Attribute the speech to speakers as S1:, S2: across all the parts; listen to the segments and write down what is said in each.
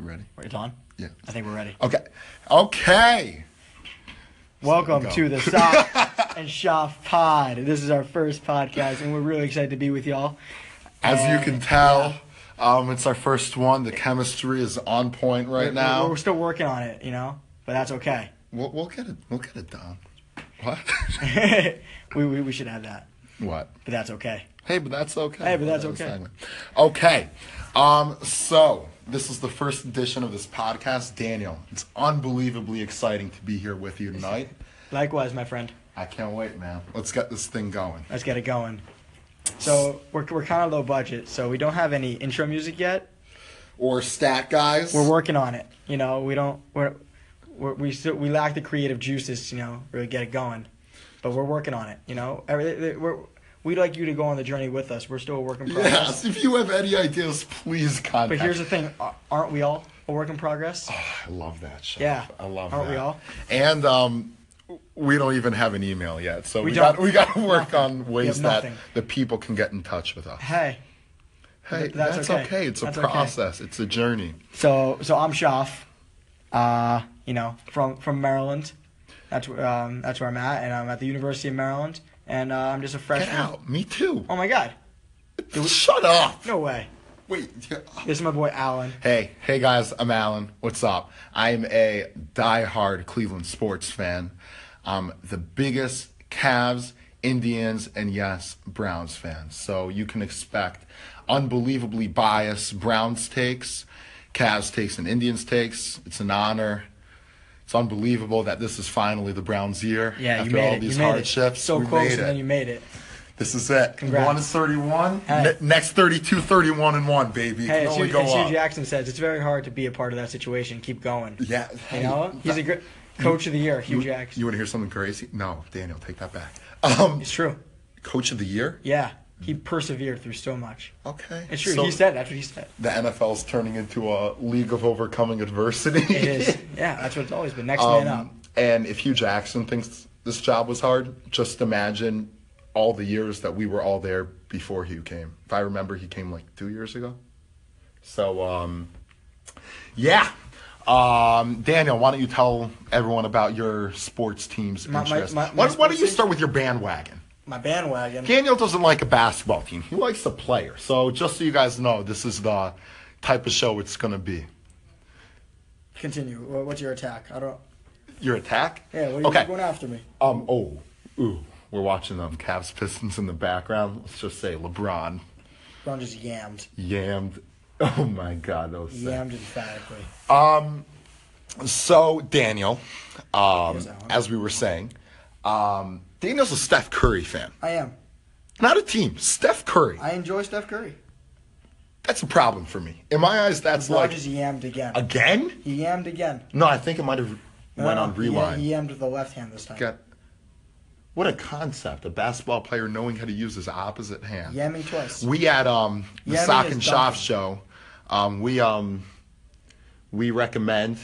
S1: Ready?
S2: Wait, it's on?
S1: Yeah.
S2: I think we're ready.
S1: Okay. Okay.
S2: Welcome
S1: Go.
S2: to the Sock and Shoff Pod. This is our first podcast, and we're really excited to be with y'all.
S1: As
S2: Uh,
S1: you can tell, um, it's our first one. The chemistry is on point right
S2: We're-
S1: now.
S2: we're, still working on it, you know, but that's okay.
S1: We'll, we'll get it. We'll get it done. What?
S2: we, we we should have that,
S1: what?
S2: but that's okay.
S1: Hey, but that's okay.
S2: Hey, but that's
S1: That was
S2: okay.
S1: segment. Okay. Um, so this is the first edition of this podcast. Daniel, it's unbelievably exciting to be here with you tonight.
S2: Likewise, my friend.
S1: I can't wait, man. Let's get this thing going.
S2: Let's get it going. So we're we're kind of low budget, so we don't have any intro music yet.
S1: Or stat guys.
S2: We're working on it. You know, we don't we're, we're we still we lack the creative juices. You know, really get it going, but we're working on it. You know, Every, we're. We'd like you to go on the journey with us. We're still a work in progress.
S1: Yes, if you have any ideas, please contact.
S2: But here's the thing: a- aren't we all a work in progress?
S1: I love that show.
S2: Yeah.
S1: I love
S2: Aren't
S1: that.
S2: we all?
S1: And um, we don't even have an email yet, so we,
S2: We
S1: got
S2: don't.
S1: we got to work
S2: Nothing.
S1: on
S2: We
S1: ways
S2: have
S1: that
S2: nothing.
S1: the people can get in touch with us.
S2: Hey,
S1: Hey,
S2: th- that's
S1: that's okay.
S2: okay.
S1: It's a
S2: That's okay.
S1: process. It's a journey.
S2: so so I'm Shoff, uh, you know, from from Maryland. That's wh- um, that's where I'm at, and I'm at the University of Maryland, and uh, I'm just a
S1: Get
S2: freshman.
S1: out. Me too.
S2: Oh my God!
S1: Shut up.
S2: No way.
S1: Wait. yeah.
S2: This is my boy Alan.
S1: Hey, hey guys, I'm Alan. What's up? I'm a diehard Cleveland sports fan. I'm the biggest Cavs, Indians, and yes, Browns fan. So you can expect unbelievably biased Browns takes, Cavs takes, and Indians takes. It's an honor. It's unbelievable that this is finally the Browns year.
S2: Yeah,
S1: after
S2: you made
S1: all
S2: it.
S1: these
S2: you made
S1: hardships.
S2: it. So
S1: we
S2: close,
S1: made
S2: and
S1: it.
S2: then you made it.
S1: This is it.
S2: Congrats.
S1: One is 31.
S2: Hey.
S1: Ne- next 32, 31, and 1, baby.
S2: Hey,
S1: can
S2: as,
S1: only
S2: Hugh,
S1: go
S2: as Hugh
S1: up.
S2: Jackson says, it's very hard to be a part of that situation. Keep going.
S1: Yeah.
S2: You know, he's a great coach of the year, Hugh
S1: You,
S2: Jackson.
S1: you want to hear something crazy? No, Daniel, take that back. Um,
S2: it's true.
S1: coach of the year?
S2: Yeah, he persevered through so much.
S1: Okay.
S2: It's true.
S1: So
S2: he said. That's what he said.
S1: the NFL's turning into a league of overcoming adversity.
S2: It is. Yeah, that's what it's always been. Next man up.
S1: Um, and if Hugh Jackson thinks this job was hard, just imagine all the years that we were all there before Hugh came. If I remember, he came like two years ago. So, um, yeah. Um, Daniel, why don't you tell everyone about your sports team's
S2: My- my-
S1: interests?
S2: my- my
S1: why, why don't
S2: sports
S1: you
S2: team?
S1: start with your bandwagon?
S2: My bandwagon.
S1: Daniel doesn't like a basketball team. He likes a player. So, just so you guys know, this is the type of show it's going to be.
S2: Continue. Wha- What's your attack? I don't.
S1: Your attack?
S2: Yeah. What are you
S1: okay.
S2: going after me?
S1: Um. Oh. Ooh. We're watching um Cavs Pistons in the background. Let's just say LeBron
S2: Ron just yammed.
S1: yammed. Oh my God, that was sick.
S2: Yammed emphatically.
S1: So Daniel, um,
S2: Yes, Alan.
S1: as we were saying, um, Daniel's a Steph Curry fan.
S2: I am.
S1: Not a team. Steph Curry.
S2: I enjoy Steph Curry.
S1: That's a problem for me. In my eyes, that's
S2: Ron
S1: like
S2: just yammed again.
S1: again.
S2: He yammed again.
S1: No, I think it might have
S2: No,
S1: went
S2: no,
S1: on
S2: he yam-
S1: rewind.
S2: He yammed with the left hand this time.
S1: Got- what a concept! A basketball player knowing how to use his opposite hand.
S2: Yamming twice.
S1: we at um the
S2: Yemen
S1: sock
S2: is
S1: and shop
S2: dumping.
S1: show um we um we recommend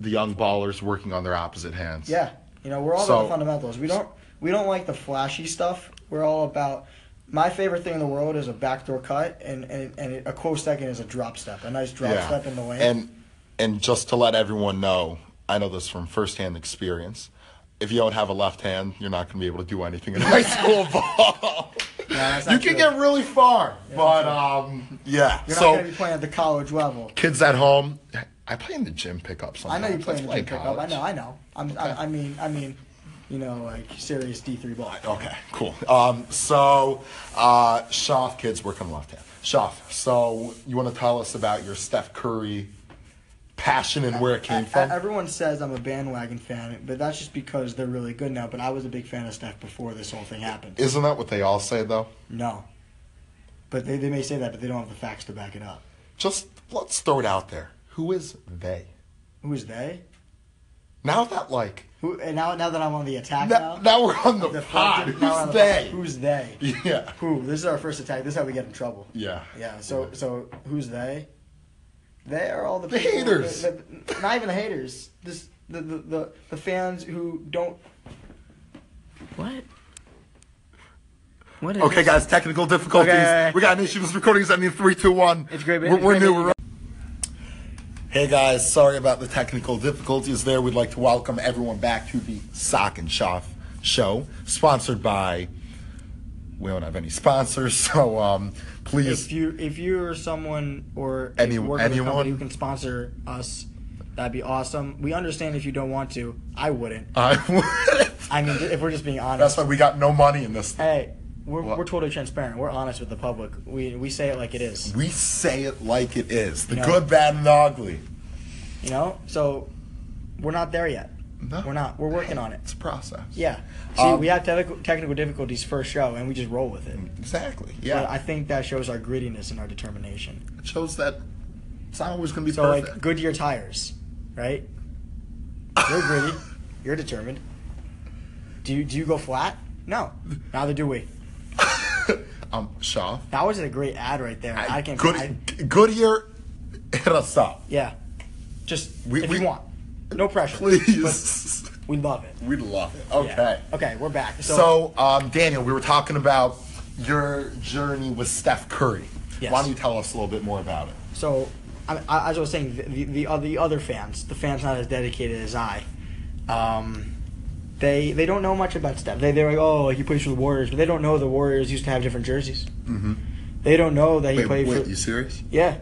S1: the young ballers working on their opposite hands
S2: Yeah, you know, we're all
S1: So-
S2: about the fundamentals. We don't we don't like the flashy stuff. We're all about. My favorite thing in the world is a backdoor cut, and and, and a close second is a drop step, a nice drop
S1: yeah
S2: step in the lane.
S1: and and just to let everyone know i know this from firsthand experience if you don't have a left hand you're not going to be able to do anything in high school ball
S2: that's
S1: you
S2: not
S1: can
S2: true.
S1: get really far but
S2: that's
S1: um yeah
S2: You're
S1: so
S2: not going to be playing at the college level.
S1: kids at home i play in the gym pickup
S2: I
S1: sometimes
S2: know you play
S1: That's
S2: in the
S1: why
S2: gym pickup. I
S1: college.
S2: know, I know. I'm,
S1: Okay.
S2: I, I mean, I mean, you know, like serious D three ball.
S1: Okay, cool. Um, so, uh, Shaf, kids working left hand. Shaf, so you want to tell us about your Steph Curry passion and where it came
S2: E-
S1: from?
S2: Everyone says I'm a bandwagon fan, but that's just because they're really good now. But I was a big fan of Steph before this whole thing happened.
S1: Isn't that what they all say though?
S2: No, but they, they may say that, but they don't have the facts to back it up.
S1: Just let's throw it out there. Who is they?
S2: Who is they?
S1: Now that like
S2: Who and now now that I'm on the attack
S1: now,
S2: now.
S1: now we're on the,
S2: the
S1: pod.
S2: front- now we're on
S1: Who's
S2: the
S1: they?
S2: front- Who's they?
S1: yeah,
S2: Who? This is our first attack. This is how we get in trouble.
S1: yeah,
S2: Yeah. So so who's they? They are all the,
S1: The
S2: people-
S1: haters.
S2: the- the- not even the haters. This the, the the the fans who don't.
S3: What? What is
S1: Okay,
S3: this?
S1: guys, technical difficulties.
S2: Okay.
S1: We got an issue. This recording is ending in three, two, one.
S2: It's great, but
S1: We're,
S2: it's
S1: we're
S2: great
S1: new.
S2: that
S1: We're
S2: you
S1: Hey guys, sorry about the technical difficulties there. We'd like to welcome everyone back to the Sock and Shoff show, sponsored by. We don't have any sponsors, so um, please.
S2: If you if you're someone or
S1: Any-
S2: if you work with a company
S1: anyone?
S2: who can sponsor us, that'd be awesome. We understand if you don't want to. I wouldn't.
S1: I
S2: I mean, if we're just being honest.
S1: that's why we got no money in this.
S2: hey, we're,
S1: What?
S2: we're totally transparent. We're honest with the public. We we say it like it is.
S1: We say it like it is the
S2: No.
S1: good, bad, and ugly.
S2: You know, so we're not there yet.
S1: No.
S2: We're not. We're working on it.
S1: It's a process.
S2: Yeah. See,
S1: Um,
S2: we have technical, technical difficulties first show, and we just roll with it.
S1: Exactly. Yeah.
S2: But I think that shows our grittiness and our determination.
S1: it shows that it's not always going to be
S2: So,
S1: perfect.
S2: like Goodyear tires, right? You're gritty. You're determined. Do you do you go flat? No. Neither do we.
S1: um, Shaw.
S2: That was a great ad right there. I, can't.
S1: Good,
S2: I-
S1: Goodyear, hit us up,
S2: yeah. Just
S1: We-
S2: if
S1: we-
S2: you want. No pressure.
S1: please.
S2: But we love it.
S1: We'd love it.
S2: Yeah.
S1: Okay.
S2: Okay, we're back. So,
S1: So, um, Daniel, we were talking about your journey with Steph Curry.
S2: Yes.
S1: Why don't you tell us a little bit more about it?
S2: So, I, I, as I was saying, the, the, the, other, the other fans, the fans not as dedicated as I, um, they they don't know much about Steph. They, they're like, oh, he plays for the Warriors, but they don't know the Warriors used to have different jerseys.
S1: Mhm.
S2: They don't know that he played for.
S1: serious?
S2: yeah.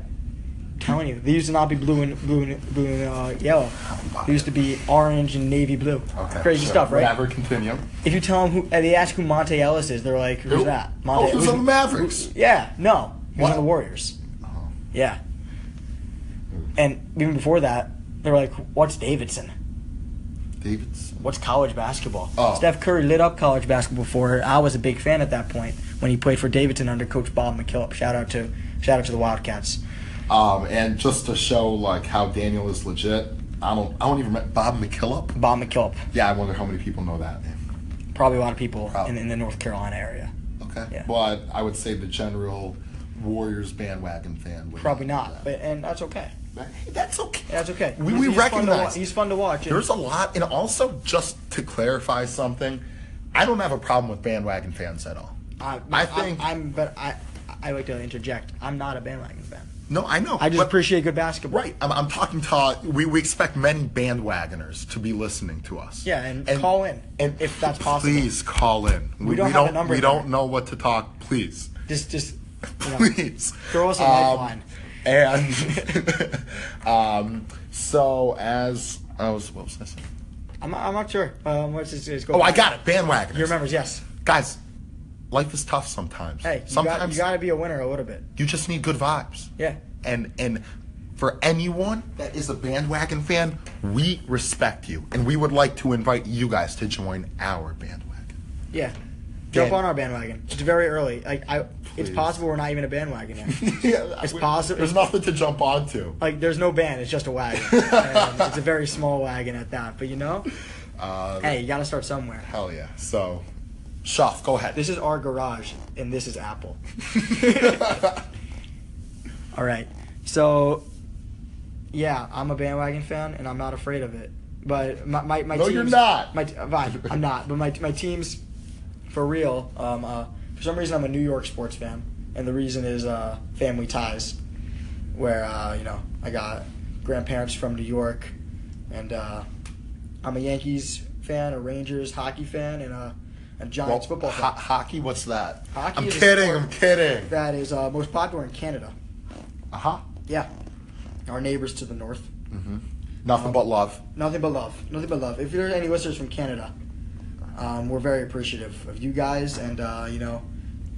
S2: I'm telling you, they used to not be blue and blue and blue and uh, yellow.
S1: my.
S2: They used to be orange and navy blue. Crazy
S1: sure.
S2: stuff, right?
S1: Whatever, continue.
S2: If you tell them who, and they ask who Monte Ellis is, they're like, who's
S1: Who?
S2: that?
S1: Oh,
S2: Monte
S1: he was on the Mavericks.
S2: Yeah, no, he was
S1: What?
S2: on the Warriors.
S1: Oh.
S2: Yeah. And even before that, they were like, "What's Davidson?
S1: Davidson.
S2: What's college basketball?"
S1: Oh.
S2: Steph Curry lit up college basketball for her. I was a big fan at that point when he played for Davidson under Coach Bob McKillop. Shout out to shout out to the Wildcats.
S1: Um, and just to show like how Daniel is legit, I don't, I don't even remember Bob McKillop.
S2: Bob McKillop,
S1: Yeah, I wonder how many people know that name.
S2: probably a lot of people in,
S1: Probably.
S2: in the North Carolina area.
S1: Okay.
S2: Yeah.
S1: But I would say the general Warriors bandwagon fan. Would
S2: Probably
S1: know
S2: not, but and that's okay.
S1: that. Hey, that's okay.
S2: That's okay.
S1: We,
S2: He's-
S1: we
S2: he's fun to wa-
S1: recognize.
S2: he's fun to watch.
S1: There's a lot, and also just to clarify something, I don't have a problem with bandwagon fans at all.
S2: I,
S1: I think-
S2: I, am but I I like to interject. I'm not a bandwagon fan.
S1: No, I know.
S2: I just
S1: but-
S2: appreciate good basketball.
S1: Right, I'm, I'm talking to we, we expect many bandwagoners to be listening to us.
S2: Yeah, and call in, if that's possible.
S1: Please call in. We,
S2: don't
S1: we
S2: have a
S1: don't,
S2: number
S1: We
S2: here.
S1: don't know what to talk. Please,
S2: Just just you know,
S1: please Um,
S2: throw us a lifeline.
S1: And um, so as I was, what was I saying?
S2: I'm, I'm not sure. Um, what's his, his
S1: Oh, I got it. Bandwagoners.
S2: Your members, yes.
S1: guys, life is tough sometimes.
S2: Hey, you, got,
S1: sometimes
S2: you got to be a winner a little bit.
S1: you just need good vibes.
S2: Yeah.
S1: And and for anyone that is a bandwagon fan, we respect you, and we would like to invite you guys to join our bandwagon.
S2: Yeah. Jump
S1: Yeah.
S2: on our bandwagon. It's very early. Like I, it's
S1: Please.
S2: possible we're not even a bandwagon yet.
S1: yeah,
S2: It's possible-
S1: There's nothing to jump onto.
S2: like there's no band. It's just a wagon. and it's a very small wagon at that. But you know,
S1: Uh,
S2: hey, you got to start somewhere.
S1: Hell yeah. So, Shaf, go ahead.
S2: This is our garage, and this is Apple. All right. So, yeah, I'm a bandwagon fan, and I'm not afraid of it. But my my, my
S1: No,
S2: teams,
S1: you're not.
S2: My uh, fine, I'm not. But my my teams, for real. Um, uh, for some reason, I'm a New York sports fan, and the reason is uh, family ties, where uh, you know I got grandparents from New York, and uh, I'm a Yankees fan, a Rangers hockey fan, and a, a
S1: Well,
S2: Giants football fan.
S1: ho- hockey, what's that?
S2: Hockey
S1: I'm
S2: is a
S1: kidding,
S2: sport
S1: I'm kidding.
S2: that is uh, most popular in Canada.
S1: Uh
S2: Uh-huh.
S1: huh.
S2: Yeah. Our neighbors to the north.
S1: Nothing but love.
S2: Nothing but love. Nothing but love. If there are any listeners from Canada, um, we're very appreciative of you guys, and uh, you know,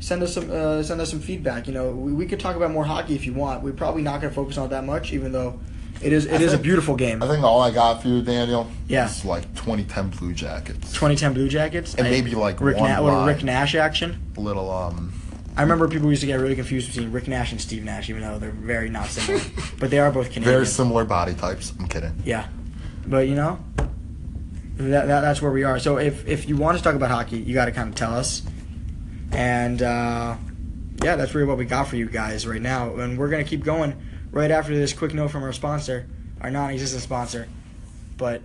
S2: send us some uh, send us some feedback. You know, we, we could talk about more hockey if you want. We're probably not going to focus on it that much, even though it is it is a
S1: think-
S2: beautiful game.
S1: I think all I got for you, Daniel,
S2: Yeah.
S1: is like 2010 Blue Jackets.
S2: 2010 Blue Jackets
S1: And
S2: I-
S1: maybe, like,
S2: Rick
S1: one
S2: Na- little
S1: line.
S2: Rick Nash action.
S1: Little, um,
S2: I remember people used to get really confused between Rick Nash and Steve Nash, even though they're very not similar, but they are both Canadian.
S1: very similar body types. I'm kidding.
S2: Yeah, but you know, that, that that's where we are. So if if you want us to talk about hockey, you got to kind of tell us. And uh, yeah, that's really what we got for you guys right now. And we're gonna keep going right after this quick note from our sponsor, our non-existent sponsor. But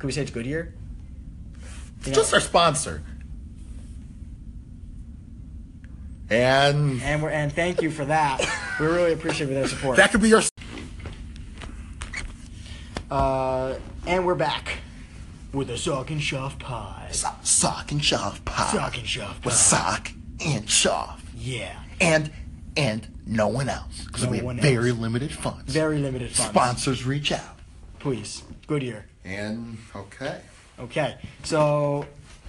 S2: could we say it's Goodyear? You know,
S1: Just our sponsor. And
S2: and we're and thank you for that. we really appreciate their support.
S1: that could be your.
S2: Uh, and we're back with the sock and shove pod.
S1: So- sock and shove pie.
S2: Sock and shove
S1: With
S2: pie.
S1: sock and shove.
S2: Yeah.
S1: And and no one else. Because
S2: No
S1: we have
S2: one
S1: very
S2: else.
S1: limited funds.
S2: Very limited funds.
S1: Sponsors reach out.
S2: Please. Goodyear.
S1: And okay.
S2: Okay. So,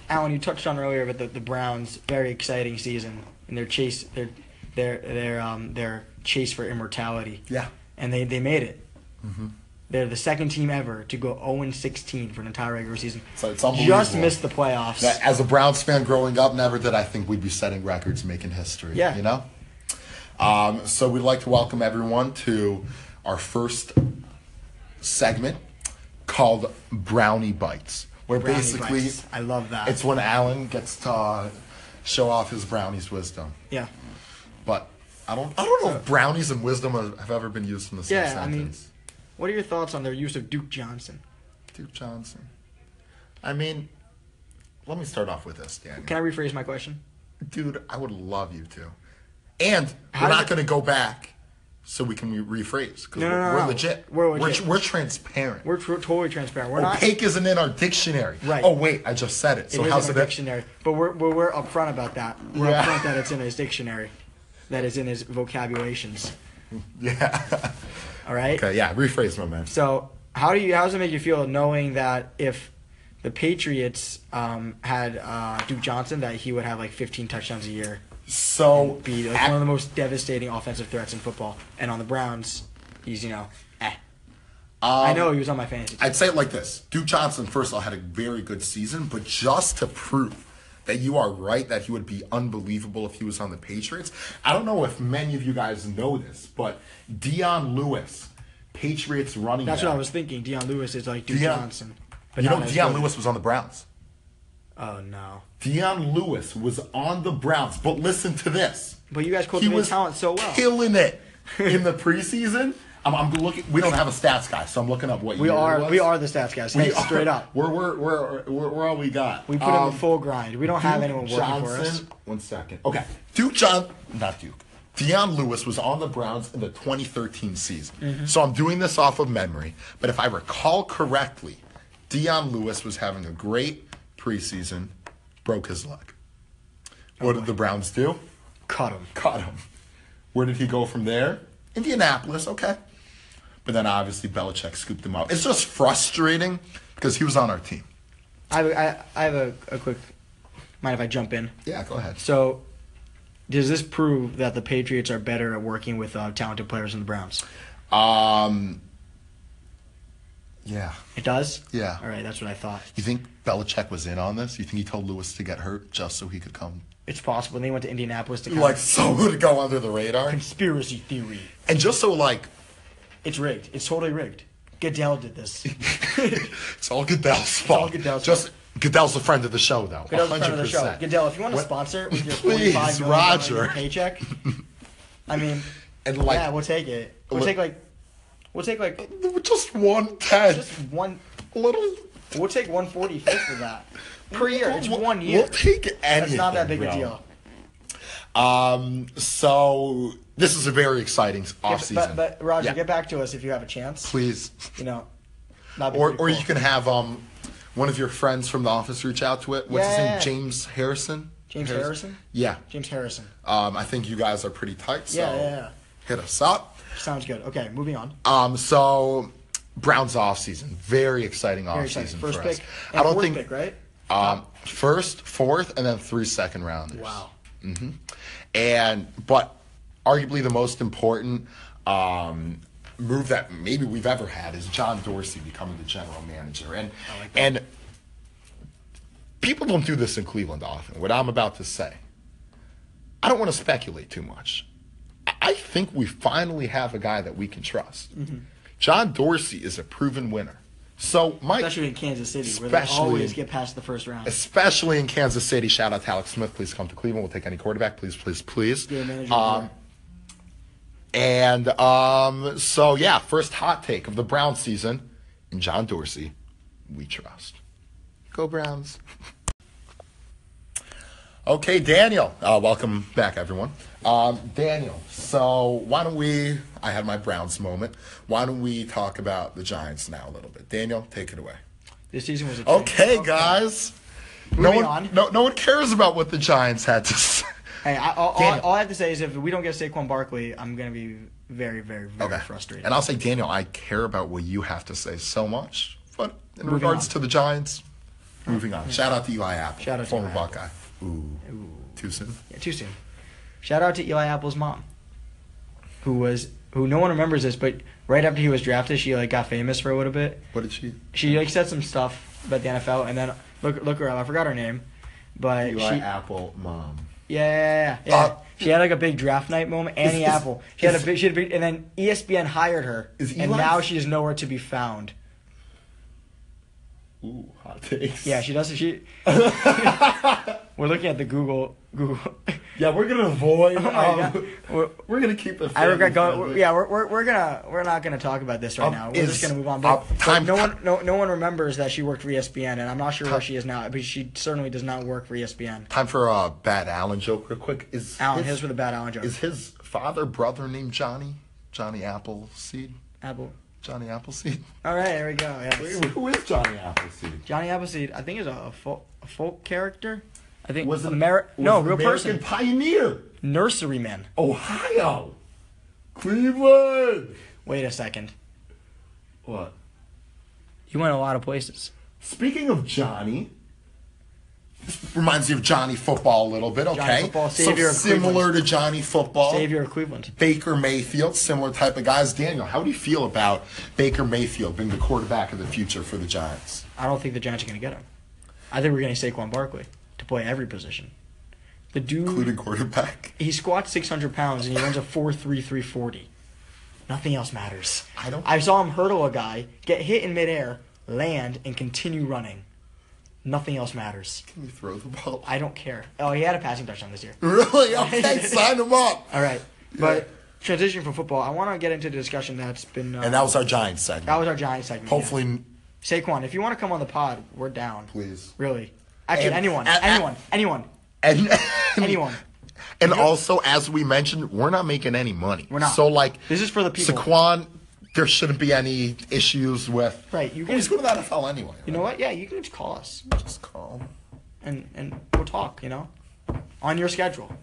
S2: Alan, you touched on earlier about the, the Browns' very exciting season and their chase, their their their um their chase for immortality.
S1: Yeah. Mm-hmm.
S2: And they they made it. They're the second team ever to go 0 16 for an entire regular season.
S1: So it's
S2: Just
S1: unbelievable.
S2: missed the playoffs.
S1: That- As a Browns fan growing up, never did I think we'd be setting records, making history.
S2: Yeah.
S1: You know? Um, so we'd like to welcome everyone to our first segment called Brownie Bites, where
S2: Brownie
S1: basically
S2: bites. I love that.
S1: it's when Alan gets to uh, show off his brownies wisdom.
S2: yeah.
S1: But I don't, I don't know if brownies and wisdom have have ever been used in the same
S2: Yeah, I mean-
S1: sentence.
S2: What are your thoughts on their use of Duke Johnson?
S1: Duke Johnson. I mean, let me start off with this, Daniel.
S2: Can I rephrase my question?
S1: Dude, I would love you to. And
S2: How
S1: we're
S2: did
S1: not
S2: it-
S1: going to go back so we can re- rephrase because
S2: No, no,
S1: we're,
S2: no,
S1: we're
S2: no.
S1: legit.
S2: We're
S1: We're,
S2: legit.
S1: we're, transparent.
S2: We're tr- totally transparent. We're not.
S1: Opaque isn't in our dictionary.
S2: Right.
S1: Oh, wait, I just said it. So
S2: it is
S1: how's
S2: in
S1: it?
S2: our dictionary, but we're, we're we're upfront about that. We're
S1: Yeah.
S2: upfront that it's in his dictionary, that is in his vocabulations.
S1: Yeah.
S2: All right.
S1: okay, yeah, rephrase my man.
S2: So how do you how does it make you feel knowing that if the Patriots um, had uh, Duke Johnson, that he would have like 15 touchdowns a year,
S1: So,
S2: be like
S1: ac-
S2: one of the most devastating offensive threats in football, and on the Browns, he's you know, eh. I
S1: Um,
S2: know he was on my fantasy. Team.
S1: I'd say it like this Duke Johnson, first of all, had a very good season, but just to prove that you are right, that he would be unbelievable if he was on the Patriots. I don't know if many of you guys know this, but Dion Lewis, Patriots running
S2: That's
S1: back.
S2: what I was thinking. Deion Lewis is like Duke
S1: Deion-
S2: Johnson.
S1: you
S2: not
S1: know,
S2: as
S1: Deion
S2: good.
S1: Lewis was on the Browns.
S2: Oh no.
S1: Deion Lewis was on the Browns, but listen to this.
S2: But you guys
S1: he
S2: quoted his
S1: was
S2: talent so well.
S1: killing it in the preseason. I'm, I'm looking. We don't have a stats guy, so I'm looking up what
S2: We
S1: year it
S2: are
S1: was.
S2: we are the stats guys.
S1: We
S2: Hey,
S1: are-
S2: straight up.
S1: We're we're we're we're, we're all we got. Um,
S2: We put him in the full grind. We don't have anyone working for us.
S1: One second. Okay, Duke John, not Duke. Deion Lewis was on the Browns in the 2013 season. So I'm doing this off of memory, but if I recall correctly, Deion Lewis was having a great preseason, broke his leg. What did the Browns do?
S2: Cut him.
S1: Cut him. Where did he go from there? Indianapolis, okay. But then obviously Belichick scooped him up. It's just frustrating because he was on our team.
S2: I have a- I, I have a, a quick. Mind if I jump in?
S1: Yeah, go ahead.
S2: So, does this prove that the Patriots are better at working with uh, talented players than the Browns?
S1: Um, yeah.
S2: It does.
S1: Yeah.
S2: All right, that's what I thought.
S1: You think Belichick was in on this? You think he told Lewis to get hurt just so he could come?
S2: It's possible. And they went to Indianapolis to kind
S1: Like,
S2: of
S1: so to go under the radar?
S2: conspiracy theory.
S1: And just so, like,
S2: It's rigged. It's totally rigged. Goodell did this.
S1: it's all Goodell's fault.
S2: Goodell's
S1: just, Goodell's a friend of the show, though.
S2: Goodell's a friend of the show.
S1: 100%.
S2: Goodell, if you want to
S1: What-
S2: sponsor with your
S1: Please,
S2: forty-five million dollars
S1: Roger.
S2: paycheck, I mean,
S1: And, like-
S2: yeah, we'll take it. We'll
S1: What-
S2: take like, we'll take like
S1: Just one ten.
S2: just one.
S1: little.
S2: We'll take one forty-fifth of that per year. It's
S1: We'll-
S2: one year.
S1: We'll take anything.
S2: That's not that big a
S1: bro.
S2: deal.
S1: Um, so this is a very exciting
S2: Get-
S1: off season.
S2: But, but Roger,
S1: Yeah.
S2: get back to us if you have a chance.
S1: please.
S2: You know, that'd be
S1: Or,
S2: pretty
S1: or
S2: cool.
S1: you can have um, one of your friends from the office reach out to it. What's
S2: Yeah.
S1: his name? James Harrison.
S2: James Harrison.
S1: Yeah.
S2: James Harrison.
S1: Um, I think you guys are pretty tight. So
S2: Yeah, yeah, yeah.
S1: Hit us up.
S2: Sounds good. Okay, moving on.
S1: Um, so Browns off season, very exciting
S2: Very
S1: off
S2: exciting.
S1: season
S2: First
S1: for us.
S2: pick.
S1: I don't
S2: fourth
S1: think
S2: pick, right?
S1: um, first, fourth, and then three second rounders. Mm-hmm.
S2: Wow.
S1: and but arguably the most important um, move that maybe we've ever had is John Dorsey becoming the general manager, and and people don't do this in Cleveland often. What I'm about to say, I don't want to speculate too much. I- I think we finally have a guy that we can trust. John Dorsey is a proven winner. So my
S2: Especially in Kansas City, where they
S1: Especially-
S2: always get past the first round.
S1: especially in Kansas City. Shout out to Alex Smith. Please come to Cleveland. We'll take any quarterback. Please, please, please.
S2: Game manager.
S1: Um, and um, so, yeah, first hot take of the Browns season. And John Dorsey, we trust. Go Browns. Okay, Daniel. Uh, welcome back, everyone. Um, Daniel, so why don't we? I had my Browns moment. Why don't we talk about the Giants now a little bit? Daniel, take it away.
S2: This season was a dream.
S1: Okay, guys. No
S2: Moving
S1: one,
S2: on.
S1: no, no one cares about what the Giants had to say.
S2: Hey, I, all, all,
S1: Daniel.
S2: all I have to say is if we don't get Saquon Barkley, I'm gonna be very, very, very frustrated.
S1: And I'll say, Daniel, I care about what you have to say so much. But in
S2: Moving
S1: regards
S2: on.
S1: to the Giants, moving on. Shout out to Eli Apple,
S2: Shout out to
S1: former
S2: Eli Apple.
S1: Buckeye. Ooh. Too soon.
S2: Yeah, too soon. Shout out to Eli Apple's mom, who was who no one remembers this, but right after he was drafted, she like got famous for a little bit.
S1: What did she?
S2: She like said some stuff about the NFL, and then look look her up. I forgot her name, but she,
S1: Apple mom.
S2: yeah, yeah, yeah.
S1: Uh,
S2: she had like a big draft night moment. Annie
S1: is-
S2: Apple. She had a
S1: is-
S2: big, she had a big, and then E ESPN hired her,
S1: Is
S2: and
S1: Eli-
S2: now she is nowhere to be found.
S1: Ooh, hot takes.
S2: Yeah, she does. She. we're looking at the Google Google.
S1: Yeah, we're gonna avoid.
S2: Oh my
S1: um,
S2: God. We're-
S1: We're gonna keep it.
S2: I regret going.
S1: family-friendly.
S2: yeah, we're, we're, we're gonna we're not gonna talk about this right
S1: Um,
S2: now. We're
S1: is-
S2: just gonna move on.
S1: uh,
S2: But, but
S1: time-
S2: no one no no one remembers that she worked for E ESPN, and I'm not sure where she is now. But she certainly does not work for E ESPN.
S1: Time for a bad Allen joke, real quick. Is
S2: Alan,
S1: his,
S2: here's with a bad Alan joke.
S1: is his father brother named Johnny? Johnny Appleseed.
S2: Apple.
S1: Johnny Appleseed.
S2: All right, there we go. yes.
S1: who is Johnny Appleseed?
S2: Johnny Appleseed, I think is a, a folk a folk character. I think
S1: Was
S2: was
S1: an
S2: Ameri-
S1: was
S2: no
S1: an
S2: real
S1: American
S2: person
S1: pioneer.
S2: nurseryman.
S1: Ohio, Cleveland.
S2: Wait a second,
S1: What?
S2: you went a lot of places.
S1: Speaking of Johnny, this reminds me of Johnny Football a little bit. Okay,
S2: Football,
S1: So
S2: savior of
S1: similar
S2: Cleveland.
S1: to Johnny Football.
S2: Savior of Cleveland.
S1: Baker Mayfield, similar type of guys. Daniel, how do you feel about Baker Mayfield being the quarterback of the future for the Giants?
S2: I don't think the Giants are going to get him. I think we're going to Saquon Barkley to play every position. The dude,
S1: Including quarterback?
S2: he squats 600 pounds and he runs a 4.3340. Nothing else matters.
S1: I don't-
S2: I saw him hurdle a guy, get hit in midair, land, and continue running. Nothing else matters.
S1: Can you throw the ball?
S2: I don't care. Oh, he had a passing touchdown this year.
S1: really? Okay, sign him up.
S2: All right, but transition from football. I want to get into the discussion that's been. Uh,
S1: And that was our Giants segment.
S2: that was our Giants segment. yeah.
S1: Hopefully,
S2: Saquon, if you want to come on the pod, we're down.
S1: Please.
S2: Really. Actually,
S1: And-
S2: anyone,
S1: and-
S2: anyone, anyone,
S1: and,
S2: anyone.
S1: And also, as we mentioned, we're not making any money.
S2: We're not.
S1: So, like,
S2: This is for the people.
S1: Saquon, there shouldn't be any issues with.
S2: Right, you
S1: Well, he's
S2: can-
S1: going to the NFL anyway.
S2: You know what? Yeah, you can just call us
S1: Just call.
S2: and and we'll talk. You know, on your schedule.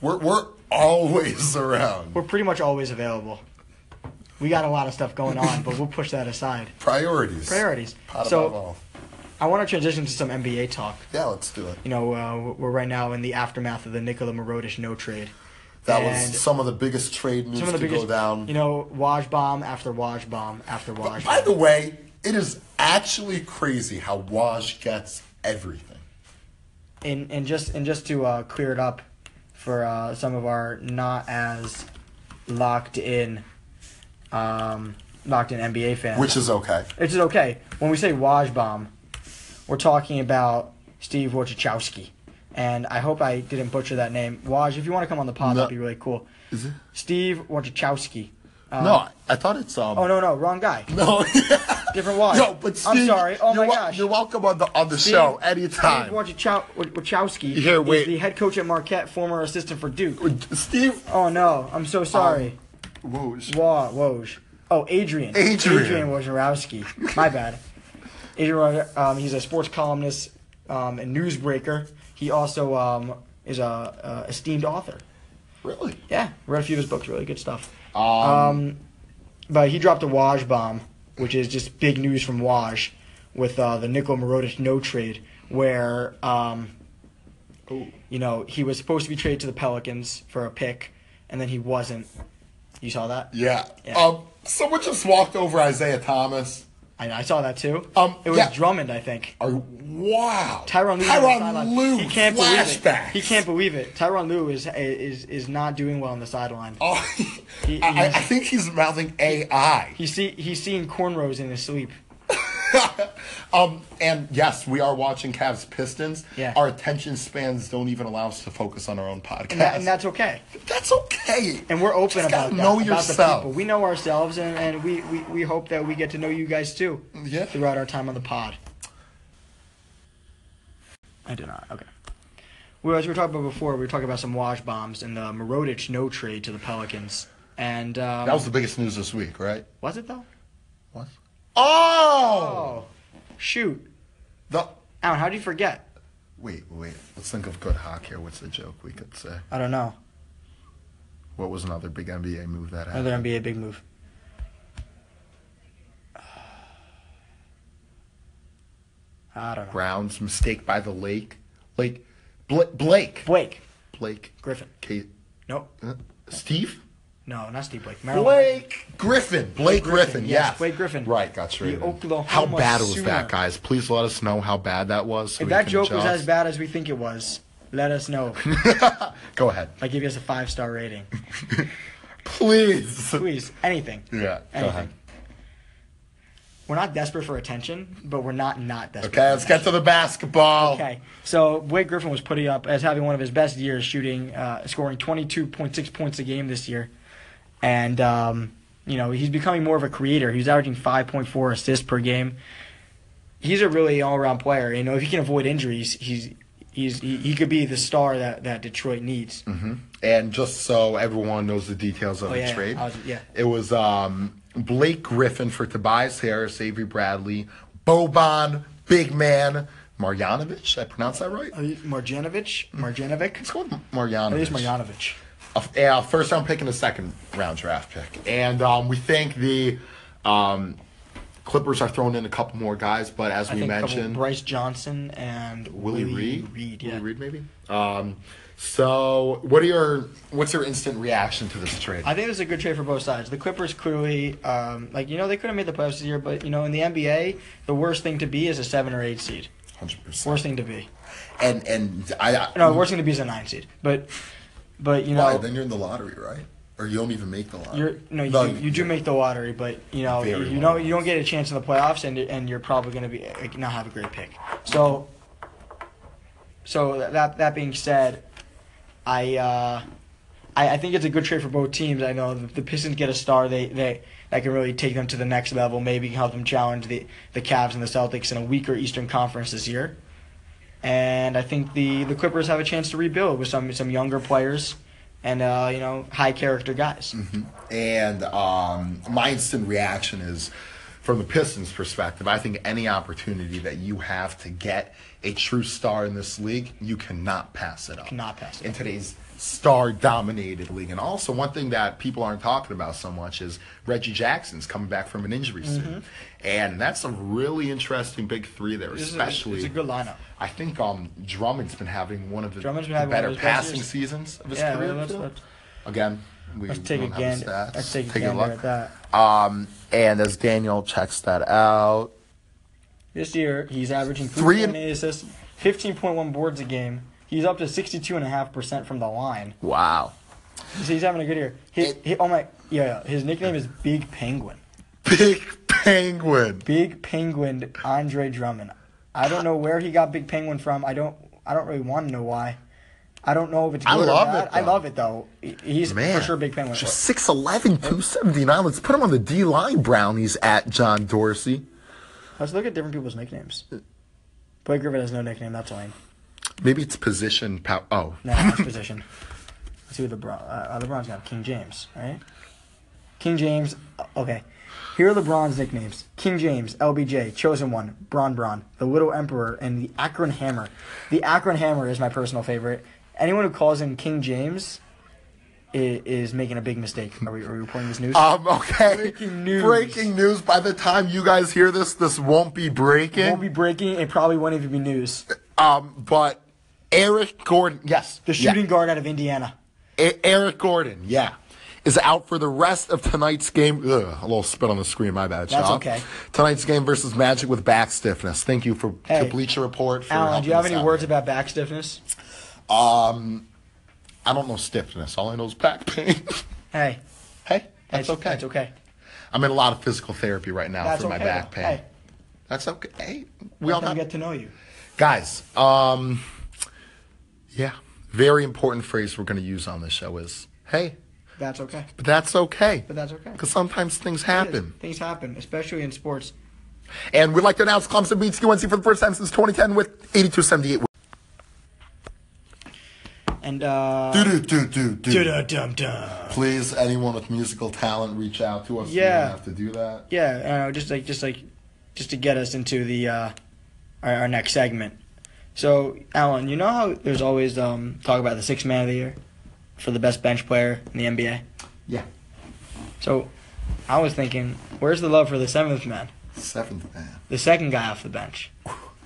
S1: We're, we're always around.
S2: We're pretty much always available. We got a lot of stuff going on, but we'll push that aside.
S1: Priorities.
S2: Priorities.
S1: Pot above
S2: so
S1: all.
S2: I want to transition to some NBA talk.
S1: Yeah, let's do it.
S2: You know, uh, we're right now in the aftermath of the Nikola Mirotic no trade.
S1: That
S2: And
S1: was some of the biggest trade moves
S2: some of the
S1: to
S2: biggest.
S1: go down.
S2: You know, Waj bomb after Waj bomb after Waj.
S1: By
S2: bomb.
S1: the way, it is actually crazy how Waj gets everything.
S2: and and just and just to uh, clear it up for uh, some of our not as locked in um, locked in NBA fans,
S1: Which is okay.
S2: which is okay. When we say Waj bomb, we're talking about Steve Wojciechowski, and I hope I didn't butcher that name. Waj, if you want to come on the pod,
S1: No.
S2: that'd be really cool. Is it Steve Wojciechowski? Um,
S1: no, I, I thought it's um.
S2: Oh no no wrong guy.
S1: No.
S2: Different Waj.
S1: Yo, but Steve,
S2: I'm sorry. Oh
S1: you're
S2: my
S1: wel-
S2: gosh.
S1: You're welcome on the on the
S2: Steve-
S1: show anytime.
S2: Steve Wojciechow- Wojciechowski
S1: Here, wait.
S2: is the head coach at Marquette, former assistant for Duke.
S1: Steve.
S2: Oh no, I'm so sorry.
S1: Um, Whoa. sh-
S2: Wa Woj. Oh, Adrian.
S1: Adrian.
S2: Adrian Wojnarowski. My bad. Adrian, Woj- um, he's a sports columnist um, and newsbreaker. He also um, is a, uh esteemed author.
S1: Really?
S2: Yeah, read a few of his books. Really good stuff.
S1: Um,
S2: Um, but he dropped a Waj bomb, which is just big news from Waj with uh, the Nikola Mirotic no trade, where um, you know he was supposed to be traded to the Pelicans for a pick, and then he wasn't. You saw that?
S1: Yeah.
S2: Yeah.
S1: Um. Someone just walked over Isaiah Thomas.
S2: I, I saw that too.
S1: Um,
S2: it was
S1: yeah.
S2: Drummond, I think.
S1: Are wow.
S2: Tyron Lue.
S1: Tyron Lue.
S2: He can't
S1: flashbacks.
S2: believe it. He can't believe it. Tyron Lue is is is not doing well on the sideline.
S1: Oh,
S2: He-
S1: I, I-
S2: he's-
S1: I think he's mouthing AI.
S2: He's see he's seeing cornrows in his sleep.
S1: um, and yes, we are watching Cavs Pistons.
S2: Yeah.
S1: Our attention spans don't even allow us to focus on our own podcast.
S2: And, that, and that's okay.
S1: that's okay.
S2: and we're open
S1: Just
S2: about
S1: gotta
S2: that,
S1: know
S2: about
S1: yourself.
S2: The people. We know ourselves, and, and we, we, we hope that we get to know you guys too.
S1: Yeah.
S2: Throughout our time on the pod. I do not. Okay. well, as we were talking about before, we were talking about some wash bombs and the Marodic no trade to the Pelicans. And um,
S1: That was the biggest news this week, right?
S2: was it though?
S1: What? oh!
S2: Oh, shoot,
S1: The
S2: Alan, how do you forget?
S1: Wait, wait. Let's think of good hockey. here. What's a joke we could say?
S2: I don't know.
S1: What was another big NBA move that happened?
S2: Another NBA big move. I don't know.
S1: Brown's mistake by the lake. Like, Bla- Blake.
S2: Blake
S1: Blake.
S2: Griffin.
S1: Kate.
S2: Nope.
S1: uh, Steve?
S2: No, not Steve Blake. Maryland.
S1: Blake Griffin. Blake Griffin, yes.
S2: Blake Griffin.
S1: Right, got straight. in.
S2: Oklahoma
S1: how bad was
S2: Sooner.
S1: that, guys? Please let us know how bad that was. so
S2: If
S1: we
S2: that
S1: can
S2: joke was
S1: adjust.
S2: as bad as we think it was, let us know.
S1: Go ahead.
S2: I give us a five star rating.
S1: Please.
S2: Please, anything.
S1: Yeah, go ahead.
S2: Anything. We're not desperate for attention, but we're not not desperate.
S1: Okay, let's get to the basketball.
S2: Okay, so Blake Griffin was putting up as having one of his best years, shooting, uh, scoring 22.6 points a game this year, and um, you know he's becoming more of a creator. He's averaging 5.4 assists per game. He's a really all-around player. You know, if he can avoid injuries, he's he's he, he could be the star that that Detroit needs.
S1: Mm-hmm. And just so everyone knows the details of
S2: Oh,
S1: the
S2: yeah, yeah.
S1: trade,
S2: I was- yeah.
S1: it was um, Blake Griffin for Tobias Harris, Avery Bradley, Boban, Big Man, Marjanovic. I pronounced that right?
S2: Marjanovic, Marjanovic,
S1: It's called Marjanovic.
S2: it is Marjanovic.
S1: a, a first round pick and a second round draft pick. And um, we think the um, Clippers are throwing in a couple more guys, but as
S2: I
S1: we
S2: think a couple-
S1: mentioned,
S2: Bryce Johnson and
S1: Willie Reed,
S2: Reed, yeah.
S1: Willie Reed maybe. Um, so what are your what's your instant reaction to this trade?
S2: I think this is a good trade for both sides. The Clippers clearly, um, like you know, they could have made the playoffs this year, but you know, in the NBA, the worst thing to be is a seven or eight seed.
S1: Hundred
S2: Worst
S1: percent.
S2: thing to be.
S1: And and I, I
S2: No, the worst thing to be is a nine seed. But, but you
S1: why?
S2: know,
S1: then you're in the lottery, right? Or you don't even make the lottery.
S2: you're no, you, do, you do make the lottery, but you know,
S1: Very low
S2: you know, you don't get a chance in the playoffs, and and you're probably going to be like, not have a great pick. So, so that that being said, I. Uh, I, I think it's a good trade for both teams. I know the, the Pistons get a star. They they that can really take them to the next level. Maybe help them challenge the the Cavs and the Celtics in a weaker Eastern Conference this year. And I think the the Clippers have a chance to rebuild with some some younger players, and uh, you know high character guys.
S1: And um, my instant reaction is from the Pistons' perspective, I think any opportunity that you have to get a true star in this league, you cannot pass it up.
S2: Cannot pass it
S1: In today's star dominated league. And also, one thing that people aren't talking about so much is Reggie Jackson's coming back from an injury
S2: Mm-hmm.
S1: soon. And that's a really interesting big three there,
S2: This is a-
S1: especially.
S2: it's a good lineup.
S1: I think um, Drummond's been having one of the,
S2: Drummond's been
S1: the
S2: having one of
S1: better
S2: his best
S1: passing
S2: years.
S1: seasons of his
S2: Yeah,
S1: career.
S2: let's-
S1: too.
S2: let's-
S1: Again, we
S2: Let's take a
S1: don't have the
S2: gander.
S1: stats.
S2: Let's take a
S1: Take a
S2: gander
S1: look.
S2: at that.
S1: Um, and as Daniel checks that out,
S2: This year, he's averaging
S1: Three
S2: three
S1: and-
S2: and eight assists, fifteen point one boards a game. He's up to sixty two and a half percent from the line.
S1: wow,
S2: So he's having a good year. His, he, oh my, yeah, yeah, his nickname is Big Penguin.
S1: big penguin.
S2: Big Penguin Andre Drummond. I don't know where he got Big Penguin from. I don't. I don't really want to know why. I don't know if it's.
S1: I
S2: good or
S1: love it,
S2: bad. I
S1: though.
S2: love it though. He- He's
S1: Man,
S2: for sure Big Penguin.
S1: Just 6'11", 279. Let's put him on the D line. Brownies at John Dorsey.
S2: Let's look at different people's nicknames.
S1: Uh,
S2: Blake Griffin has no nickname. That's lame.
S1: Maybe it's position. Pow- oh,
S2: No, that's position. Let's see what LeBron. Uh, LeBron's got King James, right? King James. uh, Okay. Here are LeBron's nicknames: King James, LBJ, Chosen One, Bron Bron, the Little Emperor, and the Akron Hammer. The Akron Hammer is my personal favorite. Anyone who calls him King James is, is making a big mistake. Are we, are we reporting this news?
S1: um, okay.
S2: Breaking news.
S1: Breaking news. By the time you guys hear this, this won't be breaking.
S2: Won't be breaking. It probably won't even be news.
S1: um, but Eric Gordon. Yes,
S2: The
S1: yeah.
S2: shooting guard out of Indiana.
S1: E- Eric Gordon, yeah, is out for the rest of tonight's game. Ugh, a little spit on the screen, my bad.
S2: That's
S1: Sean.
S2: okay.
S1: Tonight's game versus Magic with back stiffness. Thank you for
S2: Hey.
S1: to Bleacher Report. For
S2: Alan, do you have
S1: helping us
S2: any
S1: out
S2: words
S1: here.
S2: about back stiffness?
S1: I don't know stiffness. All I know is back pain.
S2: Hey,
S1: hey, that's
S2: it's
S1: okay.
S2: It's okay.
S1: I'm in a lot of physical therapy right now
S2: That's
S1: for my
S2: okay,
S1: back
S2: though.
S1: pain.
S2: Hey.
S1: That's okay. Hey, we all
S2: Let them
S1: got
S2: get to know you.
S1: guys. Um, yeah, very important phrase we're going to use on this show is hey,
S2: That's okay.
S1: but that's okay.
S2: But that's okay.
S1: Because sometimes things happen.
S2: Things happen, especially in sports.
S1: And we'd like to announce Clemson beats UNC for the first time since 2010 with 82-78.
S2: And uh,
S1: Do do do do do.
S2: dum dum.
S1: Please, anyone with musical talent, reach out to us.
S2: Yeah.
S1: We don't have to do that.
S2: Yeah, I know, just like just like just to get us into the uh, our, our next segment. So, Alan, you know how there's always um, talk about the sixth man of the year for the best bench player in the NBA.
S1: Yeah.
S2: So, I was thinking, where's the love for the seventh man,
S1: Seventh man.
S2: the second guy off the bench?